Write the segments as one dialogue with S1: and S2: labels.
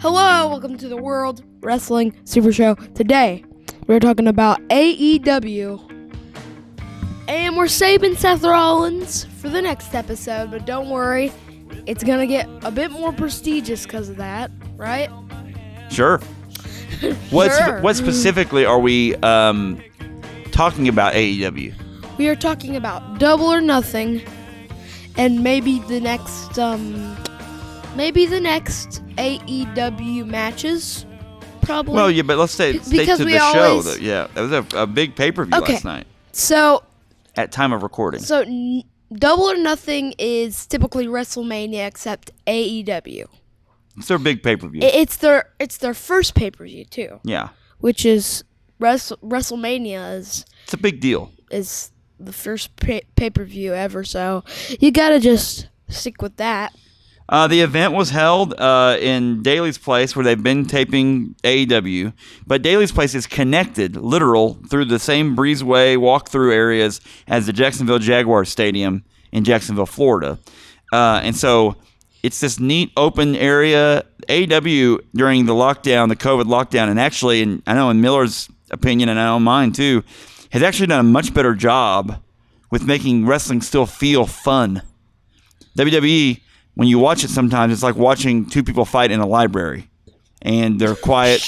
S1: Hello, welcome to the World Wrestling Super Show. Today, we're talking about AEW. And we're saving Seth Rollins for the next episode, but don't worry, it's going to get a bit more prestigious because of that, right?
S2: Sure. What's
S1: Sure.
S2: what specifically are we um, talking about E AEW?
S1: We are talking about Double or Nothing and maybe the next, um, maybe the next AEW matches. Probably.
S2: Well, yeah, but let's stay,
S1: Be-
S2: stay
S1: because
S2: to
S1: we
S2: the
S1: always-
S2: show. Though. Yeah, that was a, a big pay per view
S1: Okay.
S2: last night
S1: So,
S2: at time of recording.
S1: So n- Double or Nothing is typically WrestleMania, except AEW.
S2: It's their big pay per view.
S1: I- It's their it's their first pay per view too,
S2: yeah,
S1: which is Wrestle- WrestleMania is
S2: it's a big deal.
S1: is the first pay per view ever. So you gotta just stick with that.
S2: Uh, the event was held uh, in Daly's Place, where they've been taping AEW. But Daly's Place is connected, literal, through the same breezeway walkthrough areas as the Jacksonville Jaguar Stadium in Jacksonville, Florida. Uh, and so it's this neat open area. AEW during the lockdown, the COVID lockdown, and actually, in, I know in Miller's opinion, and I know mine too, has actually done a much better job with making wrestling still feel fun. WWE, when you watch it sometimes, it's like watching two people fight in a library. And they're quiet,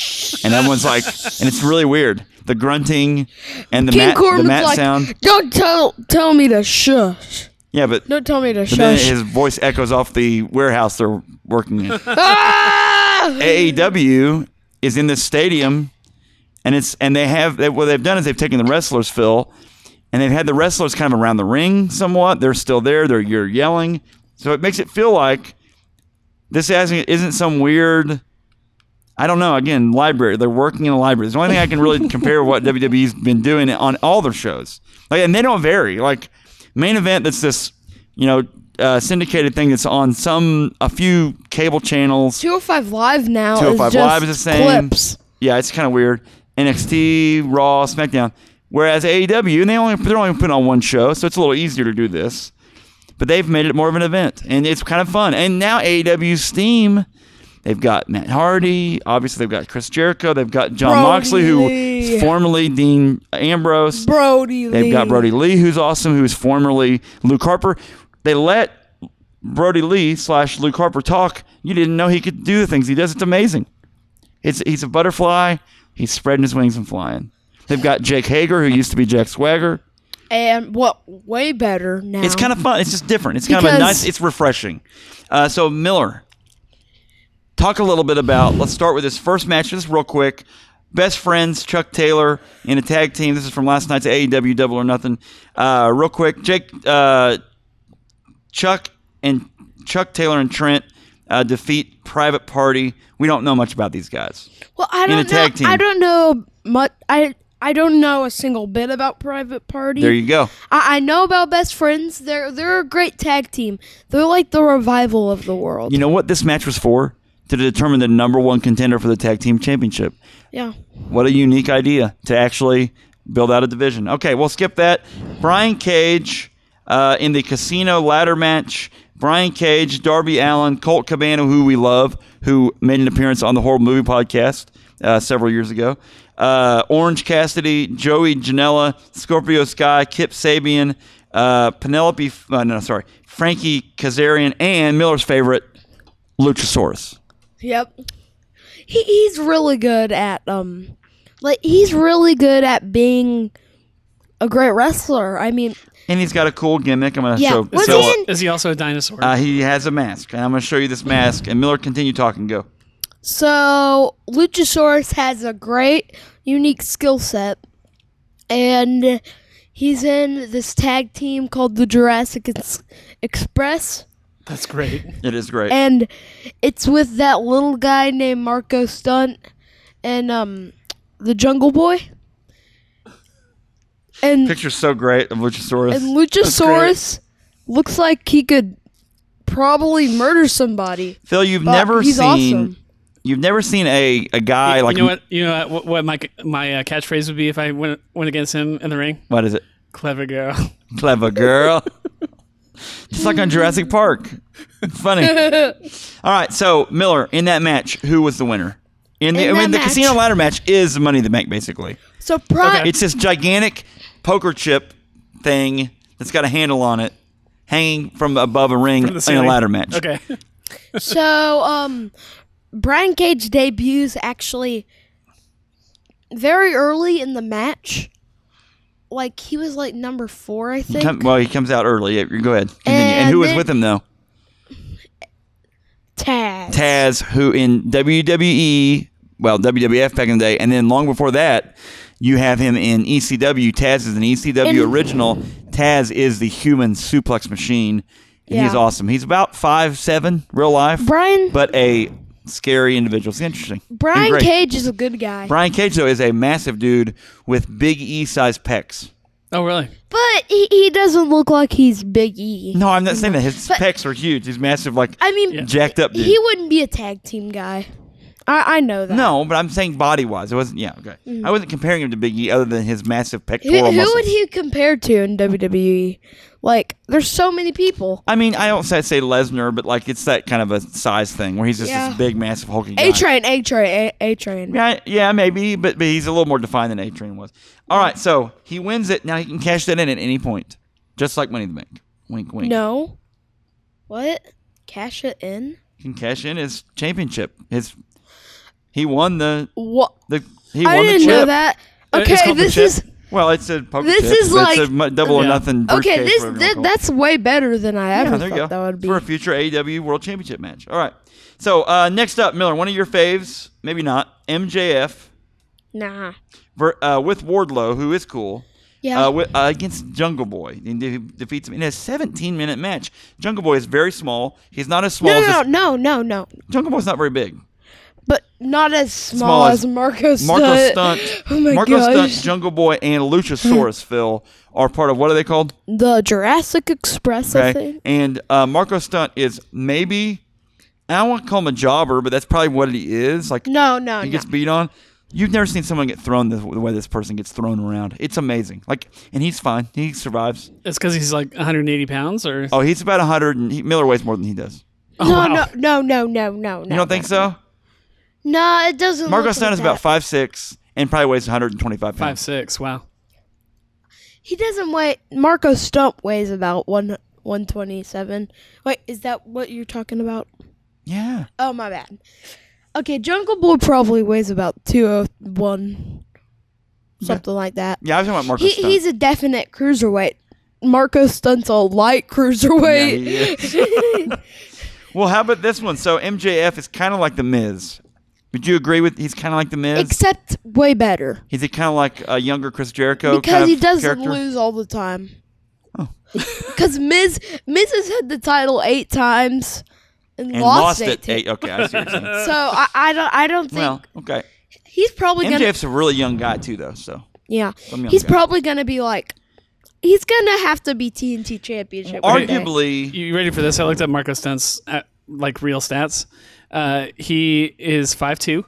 S2: and everyone's like, and it's really weird. The grunting and the
S1: King
S2: mat, the
S1: Corbin's
S2: mat
S1: like,
S2: sound.
S1: don't tell tell me to shush.
S2: Yeah, but,
S1: Don't tell me to
S2: but then
S1: shush.
S2: his voice echoes off the warehouse they're working in.
S1: Ah!
S2: AEW is in this stadium, and it's and they have they, what they've done is they've taken the wrestlers, Phil, and they've had the wrestlers kind of around the ring somewhat. They're still there. They're you're yelling, so it makes it feel like this isn't isn't some weird. I don't know. Again, library. They're working in a library. It's the only thing I can really compare what WWE's been doing on all their shows. Like, and they don't vary. Like main event. That's this, you know, uh, syndicated thing that's on some a few cable channels.
S1: 205 Live now
S2: 205
S1: is just
S2: Live is the same.
S1: clips.
S2: Yeah, it's kind of weird. NXT, Raw, SmackDown. Whereas AEW, and they only they're only putting on one show, so it's a little easier to do this. But they've made it more of an event, and it's kind of fun. And now AEW's theme, they've got Matt Hardy. Obviously, they've got Chris Jericho. They've got John
S1: Brody
S2: Moxley, who
S1: Lee.
S2: is formerly Dean Ambrose.
S1: Brody
S2: They've
S1: Lee.
S2: got Brody Lee, who's awesome, who is formerly Luke Harper. They let Brody Lee slash Luke Harper talk. You didn't know he could do the things he does. It's amazing. It's he's a butterfly. He's spreading his wings and flying. They've got Jake Hager, who used to be Jack Swagger.
S1: and what way better now.
S2: It's kind of fun. It's just different. It's kind of a
S1: Because-
S2: nice. It's refreshing. Uh, so Miller, talk a little bit about. Let's start with this first match, just real quick. Best friends Chuck Taylor in a tag team. This is from last night's AEW Double or Nothing. Uh, real quick, Jake, uh, Chuck, and Chuck Taylor and Trent uh, defeat Private Party. We don't know much about these guys.
S1: Well, I
S2: a
S1: don't know.
S2: tag team.
S1: I don't know much. I I don't know a single bit about Private Party.
S2: There you go.
S1: I, I know about Best Friends. They're they're a great tag team. They're like the revival of the world.
S2: You know what this match was for? To determine the number one contender for the tag team championship.
S1: yeah.
S2: What a unique idea to actually build out a division. Okay, we'll skip that. Brian Cage uh, in the casino ladder match. Brian Cage, Darby Allen, Colt Cabana, who we love, who made an appearance on the Horrible Movie podcast uh, several years ago. Uh, Orange Cassidy, Joey Janela, Scorpio Sky, Kip Sabian, uh, Penelope, uh, no, sorry, Frankie Kazarian, and Miller's favorite, Luchasaurus.
S1: Yep. He, he's really good at um, like he's really good at being a great wrestler. I mean,
S2: And he's got a cool gimmick. I'm going to
S1: Yeah.
S2: show.
S1: Was
S2: show
S1: he
S2: it.
S1: in
S3: Is he also a dinosaur?
S2: Uh, he has a mask, and I'm going to show you this mask. And Miller, continue talking. Go.
S1: So Luchasaurus has a great, unique skill set, and he's in this tag team called the Jurassic Ex- Express,
S3: That's great.
S2: It is great.
S1: and it's with that little guy named Marco Stunt and um the Jungle Boy, and
S2: Picture's so great of Luchasaurus.
S1: and Luchasaurus looks like he could probably murder somebody.
S2: Phil, you've
S1: but
S2: never
S1: he's
S2: seen
S1: awesome.
S2: you've never seen a, a guy
S3: you
S2: like
S3: know what? You know what? What my my uh, catchphrase would be if I went went against him in the ring?
S2: what is it?
S3: Clever girl.
S2: Clever girl. Just like on Jurassic Park. Funny. All right, so Miller, in that match, who was the winner? In the,
S1: In
S2: I mean,
S1: that
S2: the
S1: match-
S2: casino ladder match is Money in the Bank, basically.
S1: So prime.
S2: It's this gigantic poker chip thing that's got a handle on it hanging from above a ring
S3: the
S2: in a
S3: ceiling.
S2: ladder match.
S3: Okay.
S1: So, um, Brian Cage debuts actually very early in the match. Like he was like number four, I think.
S2: Come- well, he comes out early. Yeah, Go ahead. Continue. And,
S1: And
S2: who was
S1: then-
S2: with him, though?
S1: Taz.
S2: Taz, who in WWE, well, WWF back in the day, and then long before that, you have him in ECW. Taz is an ECW
S1: In-
S2: original. Taz is the human suplex machine. And He's
S1: Yeah.
S2: awesome. He's about five seven, real life,
S1: Brian
S2: but a scary individual. It's interesting. and
S1: Brian
S2: great.
S1: Cage is a good guy,
S2: Brian Cage though is a massive dude with big E size pecs.
S3: Oh, really?
S1: but he, he doesn't look like he's Big E.
S2: No, I'm not saying that his
S1: But-
S2: pecs are huge. He's massive, like
S1: I mean,
S2: jacked up dude.
S1: he wouldn't be a tag team guy. I I know that.
S2: no, but I'm saying body wise, it wasn't. Yeah, okay. I wasn't comparing him to Big E other than his massive
S1: Mm. Who,
S2: pectoral
S1: who
S2: muscles.
S1: would he compare to in WWE? Like, there's so many people.
S2: I mean, I don't say, say Lesnar, but like it's that kind of a size thing where he's just
S1: Yeah.
S2: this big, massive hulking guy.
S1: A Train, A Train, A- A Train.
S2: Yeah, yeah, maybe, but, but he's a little more defined than A Train was. All right, so he wins it. Now he can cash that in at any point, just like Money in the Bank. Wink, wink.
S1: No. What? Cash it in?
S2: He can cash in his championship. His he won the
S1: What?
S2: the he
S1: I
S2: won the
S1: didn't
S2: chip.
S1: know that.
S3: Uh, it's
S1: Okay,
S3: called the
S1: this
S3: chip.
S1: is
S2: Well, it's a poker
S1: This
S2: chip.
S1: is
S2: It's
S1: like-
S2: a mu- double or
S3: Yeah.
S2: nothing.
S1: okay.
S2: briefcase,
S1: This
S2: whatever you wanna
S1: that,
S2: call it.
S1: that's way better than I ever
S2: yeah, there
S1: thought
S2: you go.
S1: that would be.
S2: for a future AEW World Championship match. All right. So uh, next up, Miller, one of your faves, maybe not MJF
S1: Nah.
S2: ver- uh, with Wardlow, who is cool.
S1: Yeah.
S2: Uh, wi- uh, against Jungle Boy, he de- defeats him in a 17-minute match. Jungle Boy is very small. He's not as small
S1: no,
S2: as
S1: no,
S2: this-
S1: no, no, no.
S2: Jungle Boy's not very big.
S1: But not as small,
S2: Small as-
S1: as Marco Stunt.
S2: Marco Stunt,
S1: Oh my
S2: Marco Stunt,
S1: gosh.
S2: Jungle Boy, and Luchasaurus Phil are part of what are they called?
S1: the Jurassic Express, I
S2: Okay.
S1: think.
S2: And uh, Marco Stunt is maybe I don't want to call him a jobber, but that's probably what he is. Like
S1: No, no,
S2: he
S1: no.
S2: gets beat on. You've never seen someone get thrown this, the way this person gets thrown around. It's amazing. Like, and he's fine. He survives.
S3: It's because he's like 180 pounds, or
S2: Oh, he's about hundred, and he, Miller weighs more than he does.
S3: Oh,
S1: no,
S3: wow.
S1: no, no, no, no, no.
S2: You don't think so?
S1: No, it doesn't.
S2: Marco
S1: look
S2: Stunt
S1: like
S2: is about
S1: that.
S2: five six and probably weighs 125
S3: five
S2: pounds.
S3: six. Wow.
S1: He doesn't weigh. Marco Stunt weighs about one one twenty seven. Wait, is that what you're talking about?
S2: Yeah.
S1: Oh my bad. Okay, Jungle Boy probably weighs about two oh one, something like that.
S2: Yeah, I was talking about Marco
S1: He,
S2: Stunt.
S1: he's a definite cruiserweight. Marco Stunt's a light cruiserweight.
S2: Yeah, well, how about this one? So MJF is kind of like the Miz. Would you agree with? He's kind of like the Miz.
S1: Except way better.
S2: He's kind of like a younger Chris Jericho
S1: because
S2: Oh, kind of
S1: he doesn't
S2: character. Oh.
S1: lose all the time. Because Miz Miz has had the title eight times and,
S2: and
S1: lost,
S2: lost, it.
S1: eight. times.
S2: Eight. Okay, I see what you're saying.
S1: So I, I don't I don't think
S2: well, okay.
S1: he's probably gonna
S2: MJF's a really young guy too, though. So
S1: yeah
S2: young
S1: he's
S2: guy.
S1: probably gonna be like he's gonna have to be TNT championship. one day.
S2: arguably,
S3: You ready for this? I looked up Marco Stunt's uh, like real stats. Uh, he is five two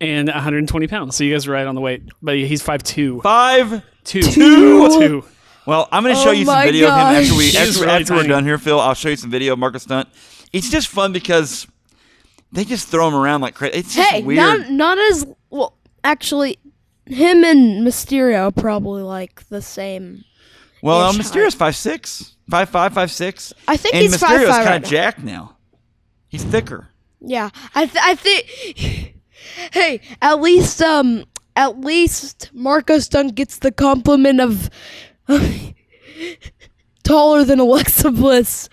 S3: and 120 pounds. So you guys were right on the weight, but he's five two.
S2: five.
S3: Two.
S1: Two?
S3: Two.
S2: Well, I'm going to show
S1: Oh
S2: you some
S1: my
S2: video of him after
S1: gosh.
S2: we
S1: He's
S2: after,
S3: really
S2: after we're
S3: tiny.
S2: done here, Phil. I'll show you some video of Marcus Stunt. It's just fun because they just throw him around like crazy. It's just
S1: hey
S2: weird.
S1: not not as well actually him and Mysterio are probably like the same.
S2: well, uh,
S1: ish
S2: Mysterio's five six, five five, five six.
S1: I think
S2: and
S1: he's 5'5"
S2: Mysterio's kind
S1: right
S2: of
S1: now.
S2: jacked now. He's thicker.
S1: Yeah, I th- I think. hey, at least um, at least Marco Stunt gets the compliment of taller than Alexa Bliss.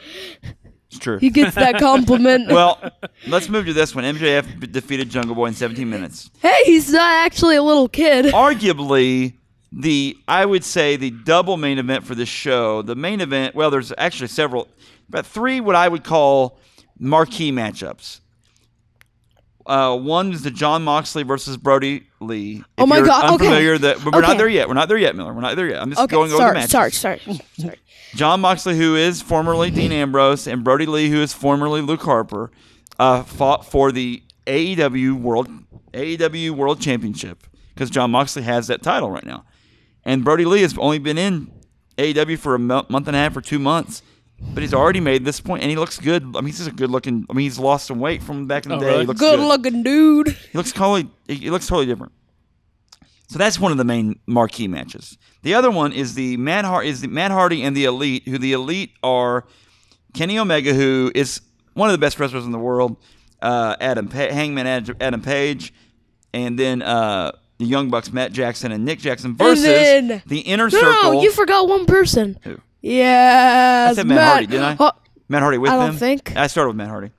S2: It's true.
S1: He gets that compliment.
S2: well, let's move to this one. MJF b- defeated Jungle Boy in 17 minutes.
S1: hey, he's not actually a little kid.
S2: Arguably, the I would say the double main event for this show. The main event, well, there's actually several, but three what I would call marquee matchups. Uh, one is the John Moxley versus Brody Lee. If
S1: Oh my
S2: you're
S1: God, okay.
S2: Unfamiliar that but we're not
S1: Okay.
S2: there yet. We're not there yet, Miller. We're not there yet. I'm just
S1: Okay,
S2: going over the
S1: sorry,
S2: matches.
S1: sorry, sorry, sorry.
S2: John Moxley, who is formerly Dean Ambrose, and Brody Lee, who is formerly Luke Harper, uh, fought for the AEW World AEW World Championship because John Moxley has that title right now, and Brody Lee has only been in AEW for a mo- month and a half or two months, but he's already made this point, and he looks good. I mean, he's just a good looking. I mean, he's lost some weight from back in the
S3: Oh,
S2: day.
S3: really?
S2: He looks
S1: Good
S2: good.
S1: looking dude.
S2: He looks totally. He looks totally different. So that's one of the main marquee matches. The other one is the Matt Har- is the Matt Hardy and the Elite, who the Elite are Kenny Omega, who is one of the best wrestlers in the world, uh, Adam pa- Hangman Ad- Adam Page, and then uh, the Young Bucks, Matt Jackson and Nick Jackson versus
S1: then-
S2: the Inner
S1: No,
S2: Circle.
S1: no, you forgot one person. Oh,
S2: Who?
S1: Yes,
S2: I said Matt Hardy, didn't I?
S1: Har-
S2: Matt Hardy with
S1: I
S2: them.
S1: don't think.
S2: I started with Matt Hardy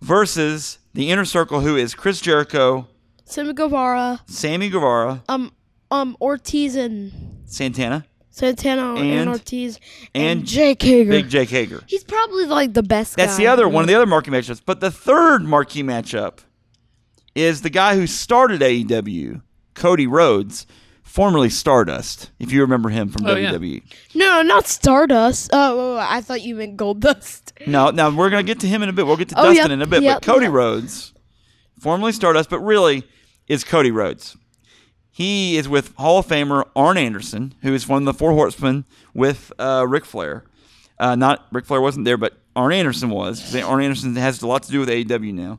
S2: versus the Inner Circle, who is Chris Jericho,
S1: Sammy Guevara,
S2: Sammy Guevara,
S1: um, um, Ortiz and
S2: Santana.
S1: Santana and,
S2: And-
S1: Ortiz
S2: and
S1: Jake Hager.
S2: Big Jake Hager.
S1: He's probably like the best.
S2: That's
S1: guy.
S2: the other one of the other marquee matchups. But the third marquee matchup is the guy who started AEW, Cody Rhodes, formerly Stardust, if you remember him from E.
S3: Oh, yeah.
S2: WWE.
S1: No, not Stardust. Oh, I thought you meant Gold Dust.
S2: No, now we're gonna get to him in a bit. We'll get to
S1: Oh,
S2: Dustin
S1: yep,
S2: in a bit.
S1: yep,
S2: but Cody
S1: yep.
S2: Rhodes, formerly Stardust, but really is Cody Rhodes. He is with Hall of Famer Arn Anderson, who is one of the Four Horsemen with uh, Ric Flair. Uh, not Ric Flair wasn't there, but Arn Anderson was. 'cause Arn Anderson has a lot to do with AEW now.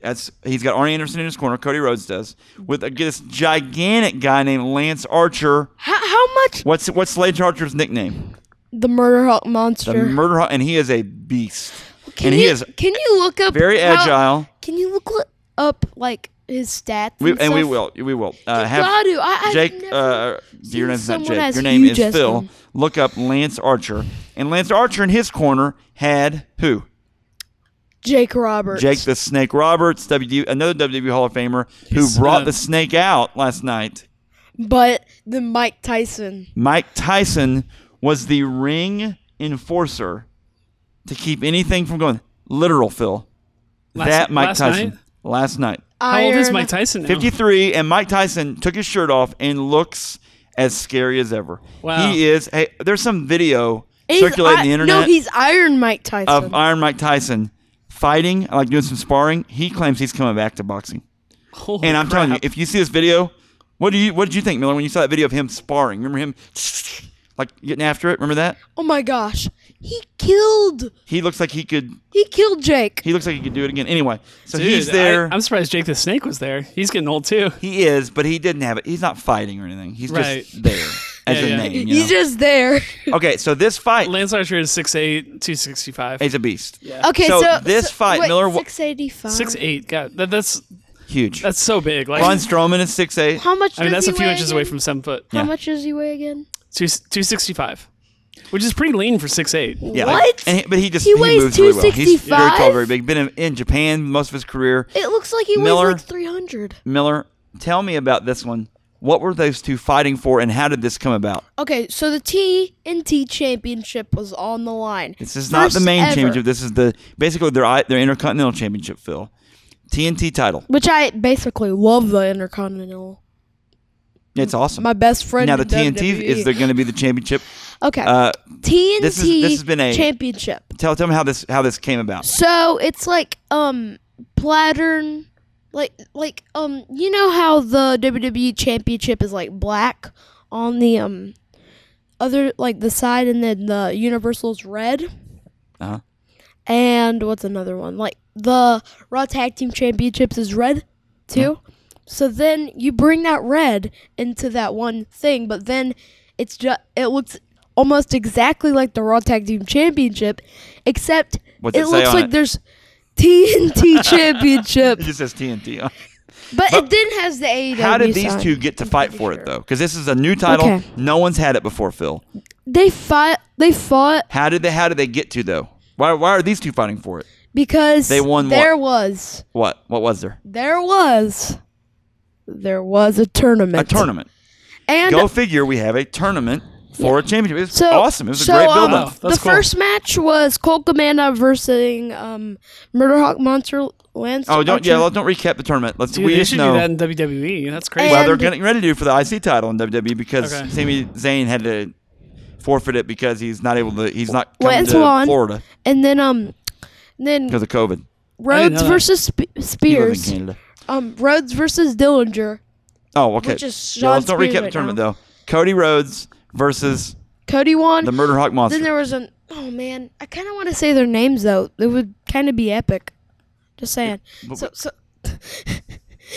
S2: That's he's got Arn Anderson in his corner. Cody Rhodes does with a, this gigantic guy named Lance Archer.
S1: How, how much
S2: What's what's Lance Archer's nickname?
S1: the Murder Hawk
S2: The
S1: monster?
S2: Murder, Hawk- and he is a beast.
S1: can
S2: and
S1: you,
S2: he is
S1: Can you look up?
S2: very
S1: how-
S2: agile.
S1: Can you look li- up like his stats?
S2: We,
S1: and,
S2: and we
S1: stuff?
S2: will. We will. Uh,
S1: You
S2: have
S1: gotta. I- I've
S2: Jake.
S1: never
S2: Uh,
S1: seen
S2: your name's not
S1: someone
S2: Jake.
S1: as
S2: Your name is
S1: huge as
S2: Phil.
S1: him.
S2: Look up Lance Archer. And Lance Archer in his corner had who?
S1: Jake Roberts.
S2: Jake the Snake Roberts, WD, another WWE Hall of Famer,
S3: He's,
S2: who brought
S3: uh,
S2: the snake out last night.
S1: but the Mike Tyson.
S2: Mike Tyson was the ring enforcer to keep anything from going. Literal, Phil.
S3: Last-
S2: that Mike
S3: last
S2: Tyson.
S3: night?
S2: Last night.
S3: How old is
S1: Iron-
S3: Mike Tyson now?
S2: 53, and Mike Tyson took his shirt off and looks as scary as ever.
S3: Wow.
S2: He is. Hey, there's some video
S1: He's
S2: circulating
S1: I-
S2: the internet
S1: No, he's Iron Mike Tyson.
S2: of Iron Mike Tyson fighting, like doing some sparring. He claims he's coming back to boxing.
S3: Holy
S2: And I'm telling you,
S3: crap.
S2: if you see this video, what do you what did you think, Miller, when you saw that video of him sparring? Remember him like getting after it? Remember that?
S1: oh my gosh, he killed.
S2: He looks like he could
S1: He killed Jake.
S2: he looks like he could do it again. Anyway, so
S3: Dude,
S2: he's there.
S3: I, am surprised Jake the Snake was there. He's getting old too.
S2: he is, but he didn't have it. He's not fighting or anything. He's
S3: Right.
S2: just there as
S3: Yeah,
S2: a
S3: yeah.
S2: name. You know?
S1: He's just there.
S2: Okay, so this fight
S3: Lance Archer is 6'8", 265.
S2: is a beast.
S1: Okay,
S2: So
S1: so,
S2: this fight,
S1: wait,
S2: Miller wa-
S1: 685.
S3: 6'8". God, that, that's
S2: Huge.
S3: that's so big. Like,
S2: Von Strowman is 6'8".
S1: How much?
S3: I mean,
S1: does
S3: that's
S1: he
S3: a few
S1: weigh
S3: inches
S1: again?
S3: away from seven foot.
S1: How
S2: Yeah.
S1: much does he weigh again?
S3: Two, 265, which is pretty lean for 6'8".
S2: Yeah,
S1: What?
S2: and he, but he just
S1: He
S2: he,
S1: weighs
S2: moves really well. He's very
S1: 265?
S2: tall, very big. Been in, in Japan most of his career.
S1: It looks like he
S2: Miller-
S1: weighs like 300.
S2: Miller, tell me about this one. What were those two fighting for, and how did this come about?
S1: Okay, so the TNT championship was on the line.
S2: This is not the
S1: First
S2: main
S1: ever,
S2: championship. This is the basically their I- their Intercontinental Championship. Phil, TNT title.
S1: Which I basically love the Intercontinental.
S2: It's awesome.
S1: My best friend. E.
S2: now the
S1: in
S2: TNT
S1: WWE.
S2: is going to be the championship.
S1: okay
S2: Uh,
S1: TNT
S2: this is- this has been a-
S1: championship.
S2: tell tell me how this how this came about.
S1: So it's like um plattern like like um you know how the WWE championship is like black on the um other like the side and then the universal's red.
S2: Uh-huh.
S1: And what's another one? Like the Raw Tag Team Championships is red too. So then you bring that red into that one thing, but then it's just it looks almost exactly like the Raw Tag Team Championship, except
S2: What's
S1: it,
S2: it say
S1: looks
S2: on
S1: like
S2: it?
S1: there's TNT Championship,
S2: It just says TNT. on it.
S1: but it then has the AEW.
S2: How did these
S1: sign.
S2: two get to fight for it though? Because this is a new title.
S1: E, Okay.
S2: No one's had it before, Phil.
S1: They fought. They fought
S2: How did they? How did they get to though? Why? Why are these two fighting for it?
S1: because
S2: They won what?
S1: There was.
S2: What? What was there?
S1: There was. There was a tournament.
S2: A tournament.
S1: And
S2: Go figure. We have a tournament for a championship. It's
S1: so
S2: awesome. It was
S1: so,
S2: a great
S1: um,
S2: build-up.
S3: Wow, that's
S1: the
S3: cool.
S1: first match was Colt Commander versus um, Murderhawk Monster Lance.
S2: Oh, don't yeah.
S1: Archer.
S2: Don't recap the tournament. Let's.
S3: Dude,
S2: we
S3: they
S2: just
S3: should
S2: know.
S3: do that in WWE. That's crazy.
S2: well, they're
S1: And-
S2: getting ready to do for the IC title in WWE because
S3: Okay.
S2: Sami Zayn had to forfeit it because he's not able to. He's not coming
S1: Lance
S2: to
S1: won.
S2: Florida
S1: And then um, then
S2: because of COVID.
S1: Rhodes
S3: that.
S1: versus Spe-
S2: He lives
S1: Spears.
S2: in Canada.
S1: Um, Rhodes versus Dillinger.
S2: Oh, okay.
S1: Which is
S2: Yeah, let's
S1: Sean
S2: don't recap
S1: Spears
S2: the
S1: right
S2: tournament
S1: now.
S2: though. Cody Rhodes versus
S1: Cody won.
S2: The Murder Hawk Monster.
S1: Then there was an oh man, I kind of want to say their names though. It would kind of be epic. Just saying.
S2: but
S1: so so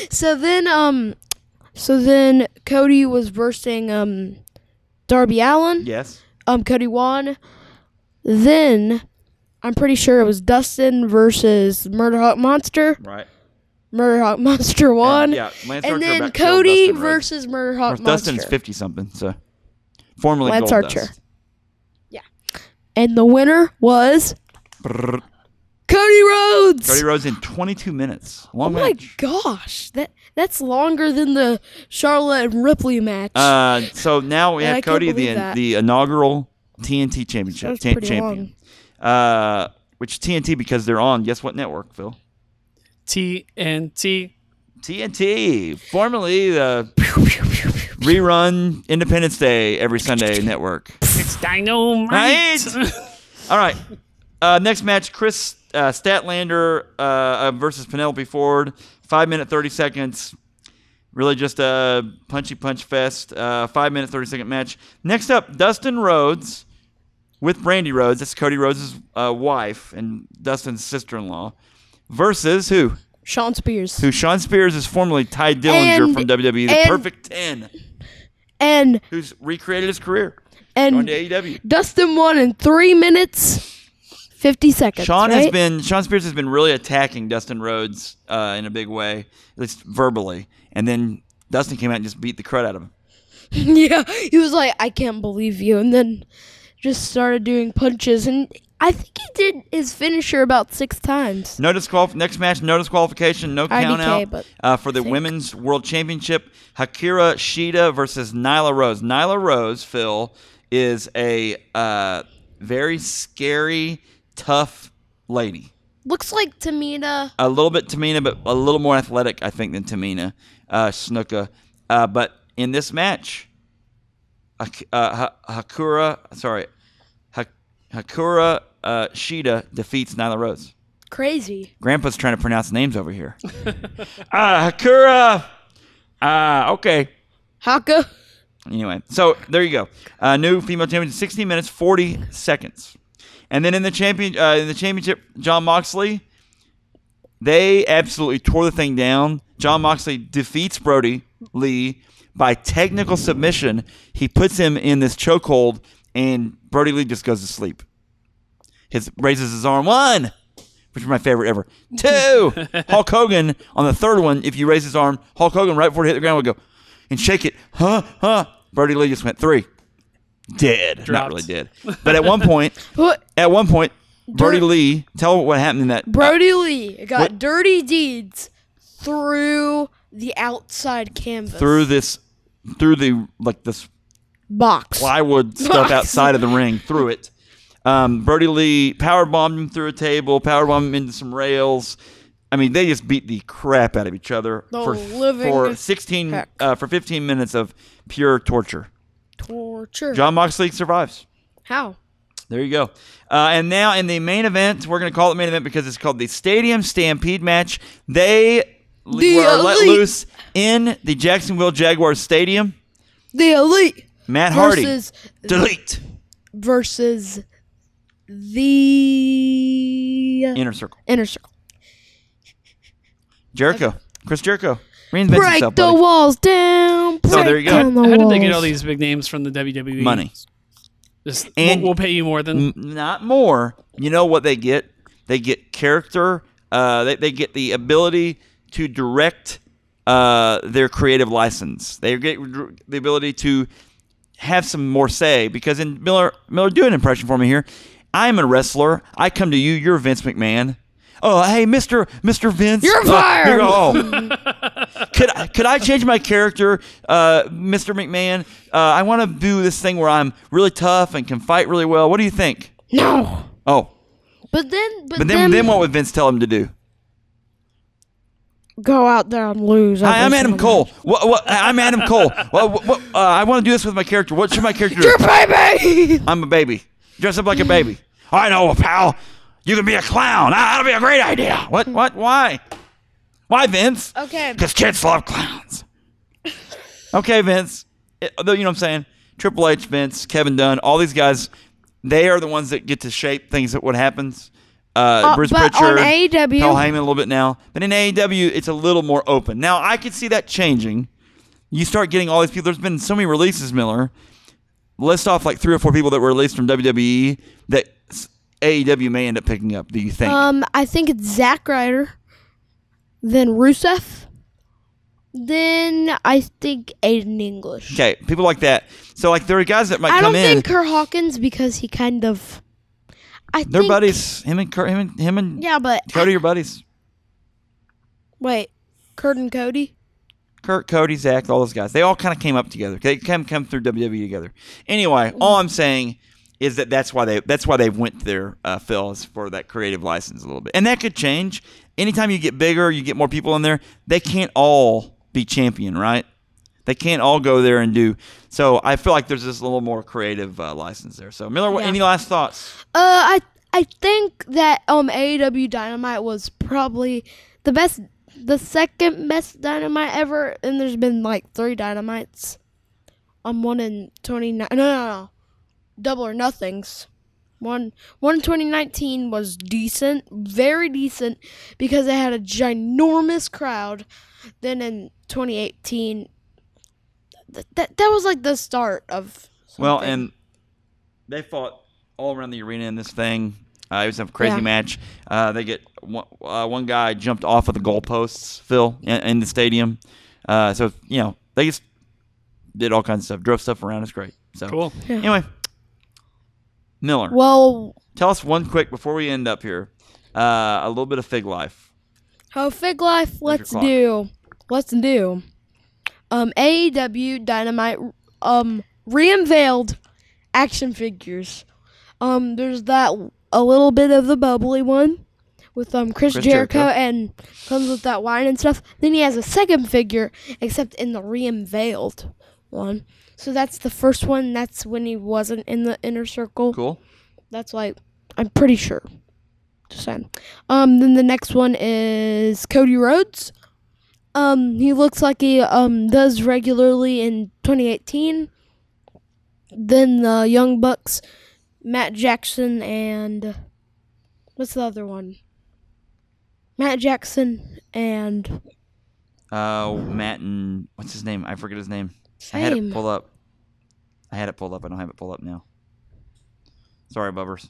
S1: so then um so then Cody was versing um Darby Allen.
S2: yes.
S1: Um Cody won. Then I'm pretty sure it was Dustin versus Murder Hawk Monster.
S2: Right.
S1: Murder Hawk Monster won.
S2: And, yeah. Lance Archer
S1: And then
S2: back- killed
S1: Cody
S2: Dustin Rhodes.
S1: versus Murder Hawk Monster.
S2: Dustin's fifty something, so formerly
S1: Lance
S2: Gold
S1: Archer.
S2: Dust.
S1: and the winner was
S2: Brrr.
S1: Cody Rhodes.
S2: Cody Rhodes in twenty two minutes. Long
S1: Oh my
S2: match.
S1: gosh, that that's longer than the Charlotte and Ripley match.
S2: Uh, so now we
S1: And I
S2: have
S1: can't
S2: Cody the
S1: believe that.
S2: the inaugural TNT championship
S1: That's
S2: cha-
S1: pretty
S2: champion. Uh, which TNT because they're on guess what network, Phil?
S3: TNT.
S2: TNT, formerly the rerun Independence Day every Sunday network.
S3: It's dynamite.
S2: Right? All right. Uh, next match: Chris uh, Statlander uh, uh, versus Penelope Ford. Five minute thirty seconds. Really just a punchy punch fest. Uh, five minute thirty second match. Next up, Dustin Rhodes with Brandy Rhodes. That's Cody Rhodes' uh, wife and Dustin's sister in law. Versus who?
S1: Sean Spears
S2: Who? Sean Spears is formerly Ty Dillinger
S1: And-
S2: from WWE, the
S1: and-
S2: Perfect Ten,
S1: and
S2: who's recreated his career going
S1: and
S2: to AEW.
S1: Dustin won in three minutes, fifty seconds.
S2: Sean has
S1: right?
S2: been Sean Spears has been really attacking Dustin Rhodes uh, in a big way, at least verbally. And then Dustin came out and just beat the crud out of him.
S1: yeah. He was like, I can't believe you, and then just started doing punches, and I think he did his finisher about six times.
S2: No disqual next match, no disqualification, no
S1: IDK,
S2: count out
S1: but
S2: uh, for the women's world championship. Hakira Shida versus Nyla Rose. Nyla Rose, Phil, is a uh, very scary, tough lady.
S1: Looks like Tamina.
S2: a little bit Tamina, but a little more athletic, I think, than Tamina uh, Snuka. Uh, but in this match, Ak- uh, Ha- Hakura, sorry, Ha- Hakura uh, Shida defeats Nyla Rose.
S1: Crazy.
S2: Grandpa's trying to pronounce names over here. uh, Hakura. Uh, okay.
S1: Haka.
S2: Anyway, so there you go. Uh, new female champion, 16 minutes 40 seconds, and then in the champion uh, in the championship, John Moxley. They absolutely tore the thing down. John Moxley defeats Brody Lee by technical submission. He puts him in this chokehold, and Brody Lee just goes to sleep. His raises his arm one, which is my favorite ever. Two, Hulk Hogan on the third one. If you raise his arm, Hulk Hogan right before it hit the ground would go and shake it. Huh, huh. Brody Lee just went three, dead. Not
S3: Dropped.
S2: really dead, but at one point,
S1: What?
S2: at one point, Brody
S1: Dur-
S2: Lee. Tell what happened in that.
S1: Brody Lee got
S2: What-
S1: dirty deeds through the outside canvas
S2: through this through the like this
S1: box.
S2: plywood stuff outside of the ring through it. Um, Brody Lee power bombed him through a table, power bombed him into some rails. I mean, they just beat the crap out of each other
S1: The
S2: for
S1: living
S2: for sixteen
S1: heck.
S2: uh, for fifteen minutes of pure torture.
S1: Torture.
S2: John Moxley survives.
S1: How?
S2: There you go. Uh, and now in the main event, we're going to call it main event because it's called the Stadium Stampede match. They le-
S1: The
S2: were let
S1: Elite.
S2: loose in the Jacksonville Jaguars Stadium.
S1: The Elite
S2: Matt Hardy.
S1: versus
S2: delete.
S1: versus the
S2: Inner circle.
S1: inner circle.
S2: Jericho. Chris Jericho. Reinvents
S1: Break
S2: himself.
S1: the
S2: buddy.
S1: walls down. Break
S2: So there you go.
S1: down the
S3: How did they get all
S1: walls.
S3: these big names from the WWE?
S2: Money.
S3: Just,
S2: And-
S3: we'll, we'll pay you more than.
S2: N- Not more. You know what they get? They get character. Uh, they, they get the ability to direct uh, their creative license. They get the ability to have some more say because in Miller Miller do an impression for me here. I'm a wrestler. I come to you. You're Vince McMahon. Oh, hey, Mister Mister Vince.
S1: You're
S2: Oh,
S1: fired.
S2: you're- oh. could I- could I change my character, uh, Mister McMahon? Uh, I want to do this thing where I'm really tough and can fight really well. What do you think?
S1: No.
S2: Oh,
S1: But then, but,
S2: but then then what would Vince tell him to do?
S1: go out there and lose.
S2: Hi, I'm
S1: every
S2: Adam
S1: single
S2: Cole. What, what, I'm Adam Cole. What, what, what- uh, I want to do this with my character. What should my character do?
S1: match. Baby.
S2: I'm a baby. Dress up like a baby. I know, pal. You can be a clown. Ah, that'll be a great idea. What? What? Why? Why, Vince?
S1: Okay.
S2: Because kids love clowns. Okay, Vince. It- though, you know what I'm saying? Triple H, Vince, Kevin Dunn, all these guys, they are the ones that get to shape things that what happens. Uh,
S1: Uh,
S2: Bruce
S1: but on
S2: Pritchard,
S1: AEW
S2: Paul Heyman a little bit now, but in AEW it's a little more open. Now I could see that changing. You start getting all these people. There's been so many releases, Miller. List off like three or four people that were released from WWE that s- AEW may end up picking up. Do you think?
S1: Um, I think it's Zack Ryder, then Rusev, then I think Aiden English.
S2: okay, people like that. So like there are guys that might
S1: I
S2: come
S1: don't
S2: in.
S1: think Kerr Hawkins because he kind of. I
S2: They're
S1: think,
S2: buddies. Him and Cur- him and him and
S1: Yeah, but
S2: Cody are buddies.
S1: wait, Kurt and Cody.
S2: Kurt, Cody, Zach, all those guys. They all kind of came up together. They come come through WWE together. Anyway,
S1: Mm-hmm.
S2: all I'm saying is that that's why they that's why they went there, uh, Phil, is for that creative license a little bit, and that could change. Anytime you get bigger, you get more people in there. They can't all be champion, right? They can't all go there and do. So I feel like there's this little more creative uh, license there. So Miller, what
S1: Yeah.
S2: any last thoughts?
S1: Uh, I I think that um AEW Dynamite was probably the best, the second best Dynamite ever, and there's been like three Dynamites. Um, one in twenty nine. No, no, no, double or nothings. One one in twenty nineteen was decent, very decent, because they had a ginormous crowd. Then in twenty eighteen, th- that that was like the start of.
S2: Well,
S1: something.
S2: and they fought all around the arena in this thing. Uh, it was a crazy
S1: Yeah.
S2: match. Uh, they get one, uh, one guy jumped off of the goalposts, Phil, in, in the stadium. Uh, so you know they just did all kinds of stuff, drove stuff around. It's great. So
S3: Cool.
S2: Anyway, Miller,
S1: well,
S2: tell us one quick before we end up here. Uh, a little bit of Fig Life.
S1: Oh, Fig Life, let's
S2: clock.
S1: do. Let's do. Um, AEW Dynamite um reinveiled action figures. Um, there's that a little bit of the bubbly one with um Chris,
S2: Chris
S1: Jericho,
S2: Jericho.
S1: and comes with that wine and stuff. Then he has a second figure, except in the reinveiled one. So that's the first one. That's when he wasn't in the inner circle.
S2: Cool.
S1: That's like I'm pretty sure. Just saying. Um, then the next one is Cody Rhodes. Um, he looks like he um does regularly in 2018. Then the Young Bucks, Matt Jackson and what's the other one? Matt Jackson and
S2: Uh, Matt and what's his name? I forget his name. I had it
S1: same.
S2: pulled up. I had it pulled up. I don't have it pulled up now. Sorry, Bubbers.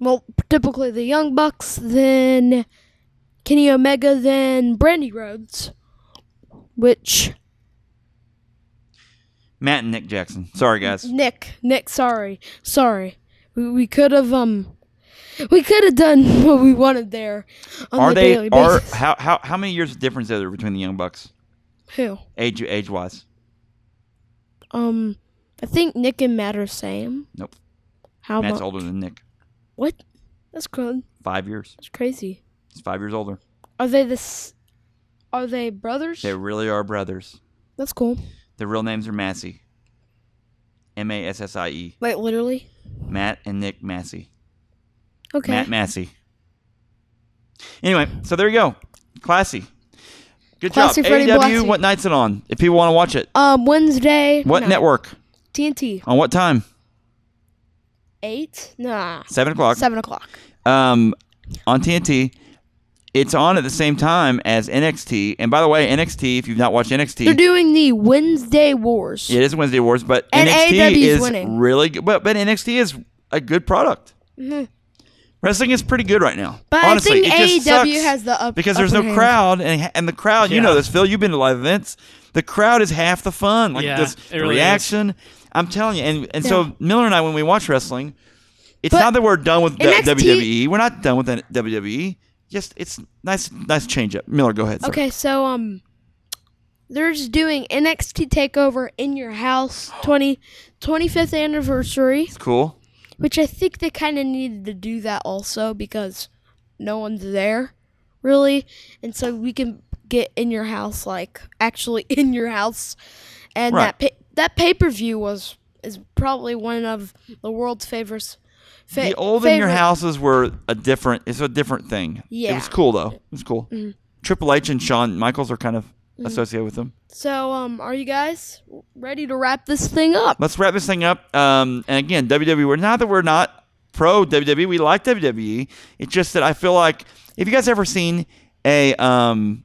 S1: Well, typically the Young Bucks, then Kenny Omega, then Brandy Rhodes, which
S2: Matt and Nick Jackson. Sorry, guys.
S1: Nick, Nick, sorry, sorry. We, we could have um, we could have done what we wanted there on
S2: Are
S1: the
S2: they
S1: daily
S2: are
S1: basis.
S2: how, how how many years of difference is there between the Young Bucks
S1: Who?
S2: age age wise?
S1: Um, I think Nick and Matt are same.
S2: Nope.
S1: How
S2: Matt's
S1: much?
S2: older than Nick.
S1: What? That's crazy.
S2: Five years.
S1: That's crazy.
S2: He's five years older.
S1: Are they this? Are they brothers?
S2: They really are brothers.
S1: That's cool.
S2: Their real names are Massey. M A S S I E.
S1: Wait, literally?
S2: Matt and Nick Massey.
S1: Okay.
S2: Matt Massey. Anyway, so there you go. Classy. Good
S1: Classy
S2: job.
S1: Freddy
S2: AEW,
S1: Blassie.
S2: what night's it on? If people want to watch it.
S1: um, Wednesday.
S2: What
S1: no,
S2: network?
S1: TNT.
S2: On what time?
S1: Eight? Nah.
S2: Seven o'clock.
S1: Seven o'clock.
S2: um, on TNT. It's on at the same time as NXT. And by the way, NXT, if you've not watched
S1: They're
S2: NXT,
S1: doing the Wednesday Wars.
S2: it is Wednesday Awards, but
S1: And
S2: NXT
S1: AEW 's
S2: is
S1: winning.
S2: really good. But, but NXT is a good product. Wrestling is pretty good right now.
S1: Mm-hmm. But
S2: Honestly,
S1: I
S2: it
S1: think
S2: just
S1: AEW
S2: sucks
S1: has the up
S2: because there's no
S1: upper hand.
S2: crowd, and and the crowd. You
S3: Yeah.
S2: know this, Phil. You've been to live events. The crowd is half the fun. Like
S3: Yeah,
S2: this
S3: it really
S2: reaction. I'm telling you, and and
S1: Yeah.
S2: so Miller and I, when we watch wrestling, it's
S1: But
S2: not that we're done with
S1: NXT
S2: WWE. E. We're not done with that WWE. E. Just it's nice, nice change up. Miller, go ahead. sir.
S1: Okay, so um, they're just doing NXT Takeover in your house 20, 25th anniversary,
S2: cool.
S1: which I think they kind of needed to do that also because no one's there really, and so we can get in your house like actually in your house, and
S2: Right.
S1: that pa- that pay per view was is probably one of the world's favorites. Fa-
S2: the old in your
S1: favorite-
S2: houses were a different. It's a different thing. it
S1: Yeah. Mm.
S2: was cool though. It was cool. Triple H and Shawn Michaels are kind of associated with them.
S1: So, um, are you guys ready to wrap this thing up?
S2: Let's wrap this thing up. Um, and again, WWE. We're not that we're not pro WWE. We like WWE. It's just that I feel like if you guys ever seen a um,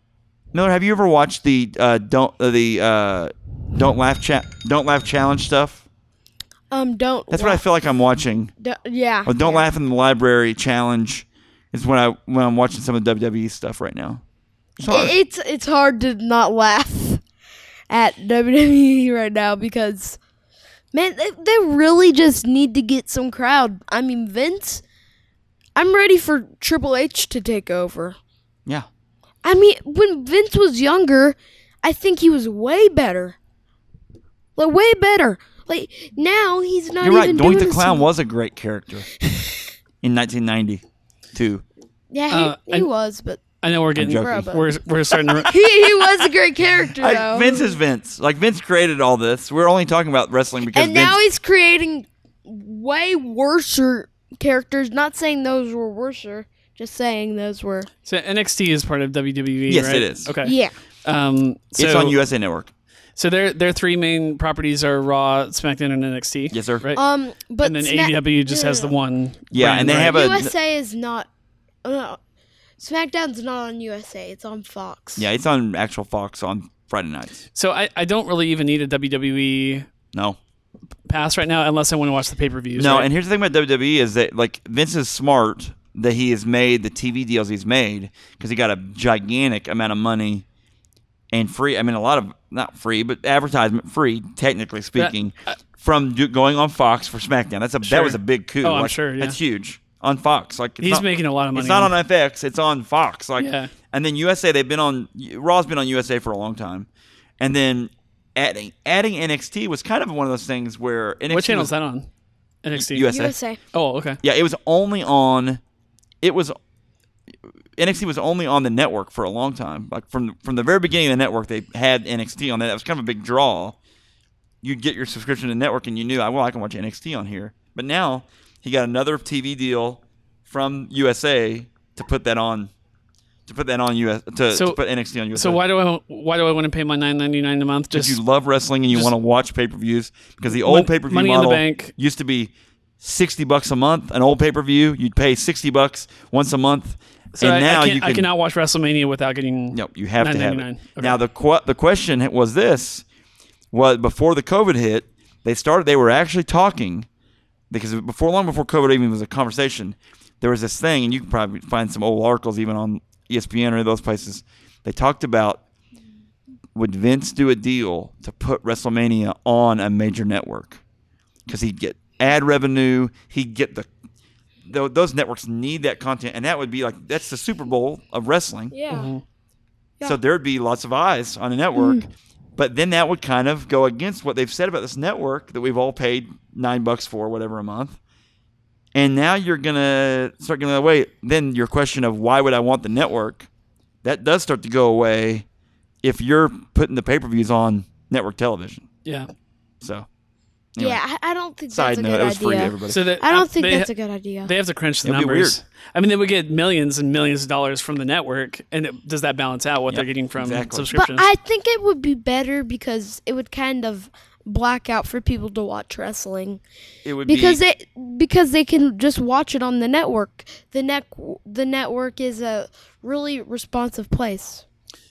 S2: Miller, have you ever watched the uh, don't uh, the uh, don't laugh chat don't laugh challenge stuff?
S1: Um, don't.
S2: That's what I feel like I'm watching.
S1: what I. yeah.
S2: Or Oh, don't laugh in the library challenge is when I when I'm watching some of the WWE stuff right now. It's hard.
S1: I- It's it's hard to not laugh at WWE right now because man, they, they really just need to get some crowd. I mean, Vince, I'm ready for Triple H to take over.
S2: yeah.
S1: I mean, when Vince was younger, I think he was way better. Like way better. Like now he's not
S2: You're right.
S1: even
S2: Doink
S1: doing
S2: the
S1: this-
S2: Clown was a great character in 1992.
S1: Yeah, he,
S3: Uh,
S1: he
S3: I-
S1: was, but
S3: I know we're getting
S2: joking.
S3: we're we're starting to
S1: he, he was a great character
S2: Like,
S1: though.
S2: Vince is Vince. Like Vince created all this. We're only talking about wrestling because
S1: and now
S2: Vince-
S1: he's creating way worser characters. Not saying those were worser, just saying those were.
S3: so NXT is part of WWE.
S2: Yes,
S3: right?
S2: it is.
S3: Okay.
S1: Yeah,
S3: Um, so,
S2: it's on USA Network.
S3: So their their three main properties are Raw, SmackDown, and NXT.
S2: Yes, sir.
S3: Right.
S1: um, but
S3: and then
S2: E
S1: Smack-
S3: AEW just has the one.
S2: Yeah,
S3: brand,
S2: and they
S3: right?
S2: have a
S1: USA is not. Uh, SmackDown's not on USA. It's on Fox.
S2: yeah. It's on actual Fox on Friday nights.
S3: So I, I don't really even need a WWE
S2: No,
S3: pass right now unless I want to watch the pay per views.
S2: no.
S3: right?
S2: And here's the thing about WWE is that like Vince is smart that he has made the TV deals he's made because he got a gigantic amount of money and free. I mean, a lot of not free, but advertisement free, technically speaking, from do, going on Fox for SmackDown. That's a that
S3: uh, Sure.
S2: was a big coup.
S3: Oh, I'm
S2: Like,
S3: sure, yeah.
S2: That's huge on Fox. Like it's
S3: he's
S2: not-
S3: making a lot of money.
S2: It's not on FX. It's on Fox. Like,
S3: Yeah.
S2: and then USA. They've been on Raw's been on USA for a long time, and then adding adding NXT was kind of one of those things where NXT
S3: what channel
S2: was-
S3: is that on? NXT.
S2: USA.
S1: USA.
S3: Oh, okay.
S2: Yeah, it was only on. It was NXT was only on the network for a long time. Like from from the very beginning of the network, they had NXT on that. That was kind of a big draw. You'd get your subscription to the network, and you knew, well, I can watch NXT on here. But now he got another TV deal from USA to put that on. To put that on US to,
S3: So-
S2: to put NXT on USA.
S3: So why do I why do I want to pay my nine ninety nine a month?
S2: If
S3: Just
S2: you love wrestling and you want to watch pay per views, because the old
S3: Mon-
S2: pay per view
S3: Money in the
S2: model
S3: Bank.
S2: used to be sixty bucks a month. An old pay per view, you'd pay sixty bucks once a month,
S3: so
S2: and
S3: I,
S2: now
S3: I, can't,
S2: you can.
S3: I cannot watch WrestleMania without getting.
S2: no, you have to have it.
S3: $9.99. Okay.
S2: Now the qu- the question was this: was before the COVID hit, they started. They were actually talking because before long before COVID even was a conversation, there was this thing, and you can probably find some old articles even on E ESPN or those places. They talked about would Vince do a deal to put WrestleMania on a major network because he'd get ad revenue, he'd get the tho- those networks need that content, and that would be like that's the Super Bowl of wrestling.
S1: Yeah.
S2: Mm-hmm. So there'd be lots of eyes on a network.
S1: Mm.
S2: But then that would kind of go against what they've said about this network that we've all paid nine bucks for, whatever a month. And now you're gonna start going away. Then your question of why would I want the network, that does start to go away if you're putting the pay per views on network television.
S3: Yeah.
S2: So Anyway.
S1: Yeah, I, I don't think
S2: side
S1: that's a
S2: note,
S1: good
S2: it was
S1: idea.
S2: free Uh, to everybody.
S3: So that
S1: I don't think
S3: they-
S1: that's a good idea.
S3: They have to crunch the
S2: It'd be
S3: numbers. I mean, they would get millions and millions of dollars from the network, and it, does that balance out what
S2: Yeah,
S3: they're getting from
S2: exactly.
S1: but
S3: subscriptions?
S1: I think it would be better because it would kind of black out for people to watch wrestling.
S2: it would
S1: because
S2: be
S1: they because they can just watch it on the network. The net the network is a really responsive place.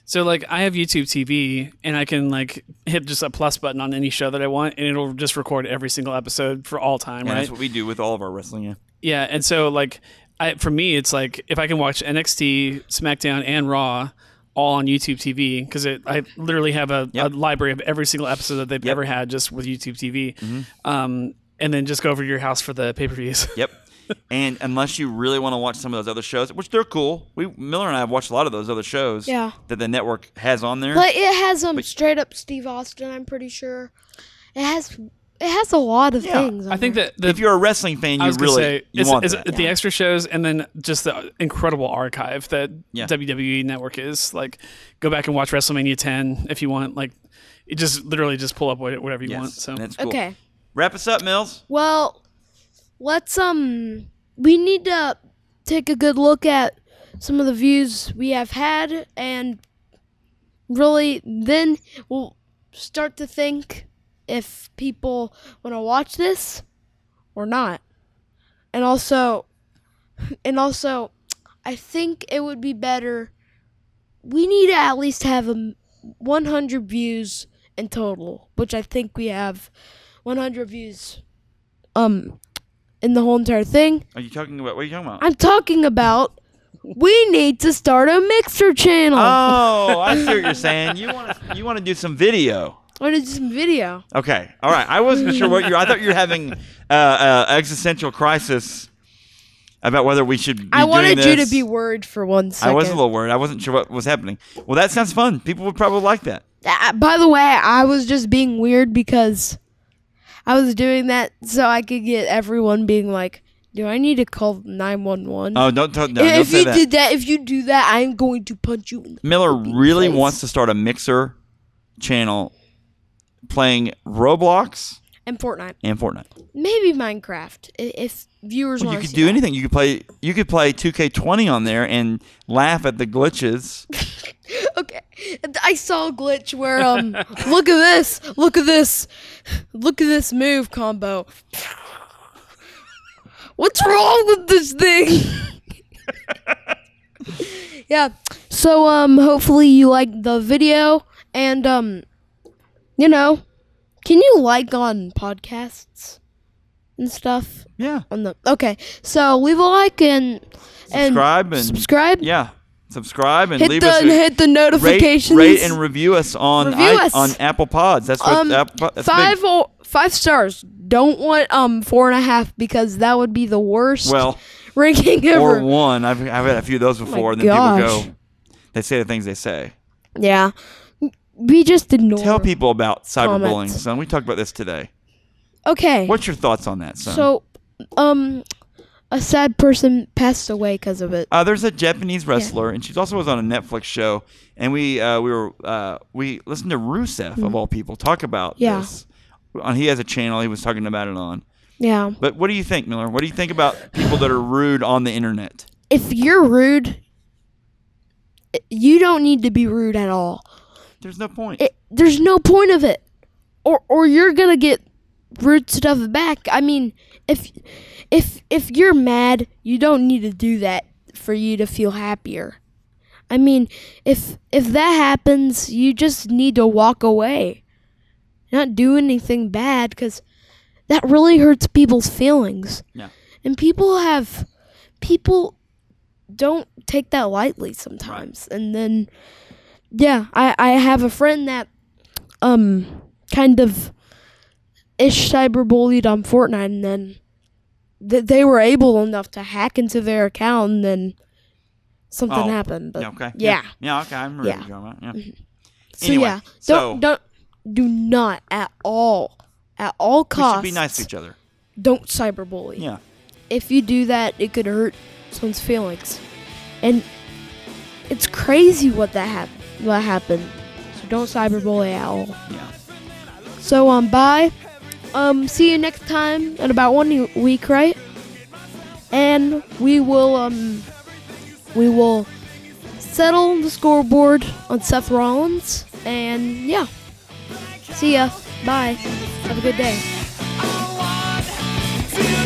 S3: so, like, I have YouTube TV, and I can like hit just a plus button on any show that I want, and it'll just record every single episode for all time,
S2: and
S3: right?
S2: that's what we do with all of our wrestling. Yeah.
S3: yeah, and so like, I for me, it's like if I can watch NXT, SmackDown, and Raw all on YouTube TV because I literally have a,
S2: Yep.
S3: a library of every single episode that they've
S2: Yep. Mm-hmm.
S3: ever had just with YouTube TV, um, and then just go over to your house for the pay per views.
S2: Yep. And unless you really want to watch some of those other shows, which they're cool, we Miller and I have watched a lot of those other shows
S1: Yeah.
S2: that the network has on there.
S1: But it has um straight up Steve Austin. I'm pretty sure it has it has a lot of things. On
S3: I think
S1: there.
S3: that the
S2: if you're a wrestling fan,
S3: I
S2: you
S3: was gonna
S2: really
S3: say
S2: you
S3: it's,
S2: want
S3: it's
S2: that.
S3: the extra shows and then just the incredible archive that
S2: Yeah.
S3: WWE Network is. Like, go back and watch WrestleMania 10 if you want. Like, you just literally just pull up what- whatever you
S2: Yes,
S3: want. So
S2: that's cool.
S1: okay.
S2: Wrap us up, Mills.
S1: Well, let's um we need to take a good look at some of the views we have had and really then we'll start to think if people want to watch this or not. And also and also I think it would be better we need to at least have um, 100 views in total, which I think we have 100 views um in the whole entire thing.
S2: Are you talking about? What are you talking about?
S1: I'm talking about we need to start a mixer channel.
S2: Oh, I see what you're saying. You want to, you want to do some video.
S1: I want to do some video.
S2: Okay. All right. I wasn't sure what you. I thought you were having uh, uh, existential crisis about whether we should. Be
S1: I wanted
S2: doing
S1: you to
S2: this.
S1: be worried for one second.
S2: I was a little worried. I wasn't sure what was happening. Well, that sounds fun. People would probably like that.
S1: Uh, by the way, I was just being weird because I was doing that so I could get everyone being like, "Do I need to call 911?"
S2: Oh, don't don't, no, don't
S1: if
S2: say
S1: you
S2: that.
S1: did that, if you do that, I'm going to punch you in the
S2: Miller really
S1: place.
S2: wants to start a mixer channel playing Roblox
S1: and Fortnite.
S2: and Fortnite.
S1: Maybe Minecraft i- if viewers
S2: Well,
S1: want
S2: you
S1: to
S2: could do anything. You could play you could play 2K20 on there and laugh at the glitches.
S1: Okay. I saw a glitch where um look at this, look at this, look at this move combo. What's wrong with this thing? yeah. So um hopefully you like the video and um you know, can you like on podcasts and stuff
S2: Yeah.
S1: on the Okay. So leave a like and
S2: Subscribe and-
S1: subscribe.
S2: Yeah. Subscribe and
S1: Hit
S2: leave
S1: the
S2: us a
S1: hit the
S2: rate,
S1: notifications.
S2: rate and review us on
S1: Review
S2: i-
S1: us.
S2: on Apple Pods. That's what
S1: Um,
S2: Apple, that's big.
S1: five or five stars. Don't want um four and a half because that would be the worst
S2: well
S1: ranking ever. Oh
S2: or one. I've I've had a few of those before and then
S1: gosh.
S2: people go they say the things they say.
S1: yeah, we just ignore.
S2: Tell people about cyberbullying,
S1: Comments.
S2: son. We talked about this today.
S1: Okay,
S2: What's your thoughts on that, son?
S1: so um, a sad person passed away because of it.
S2: Uh, there's a Japanese wrestler, and she also was on a Netflix show, and we uh, we were uh, we listened to Rusev of all people talk about
S1: Mm-hmm. Yeah.
S2: this. On he has a channel. He was talking about it on.
S1: Yeah,
S2: But what do you think, Miller? What do you think about people that are rude on the internet?
S1: if you're rude, i- you don't need to be rude at all.
S2: There's no point.
S1: It, there's no point of it, or or you're gonna get rude stuff back. I mean, if if if you're mad, you don't need to do that for you to feel happier. I mean, if if that happens, you just need to walk away. Not do anything bad cuz that really hurts people's feelings.
S2: Yeah.
S1: And people have people don't take that lightly sometimes. And then yeah, I I have a friend that um kind of ish cyberbullied on Fortnite and then th- they were able enough to hack into their account and then something
S2: Oh,
S1: happened. But
S2: yeah, okay.
S1: yeah.
S2: Yeah. Yeah, okay. I remember yeah.
S1: Yeah.
S2: what you're talking about. Yeah.
S1: So
S2: Anyway,
S1: yeah, don't
S2: so-
S1: don't do not at all at all
S2: We
S1: costs.
S2: should be nice to each other.
S1: Don't cyberbully.
S2: Yeah.
S1: If you do that, it could hurt someone's feelings, and it's crazy what that hap- what happened. So don't cyberbully at all.
S2: Yeah.
S1: So um, bye. Um, see you next time in about one e- week, right? And we will um, we will settle the scoreboard on Seth Rollins, and yeah. See ya. Bye. Have a good day.
S4: I want to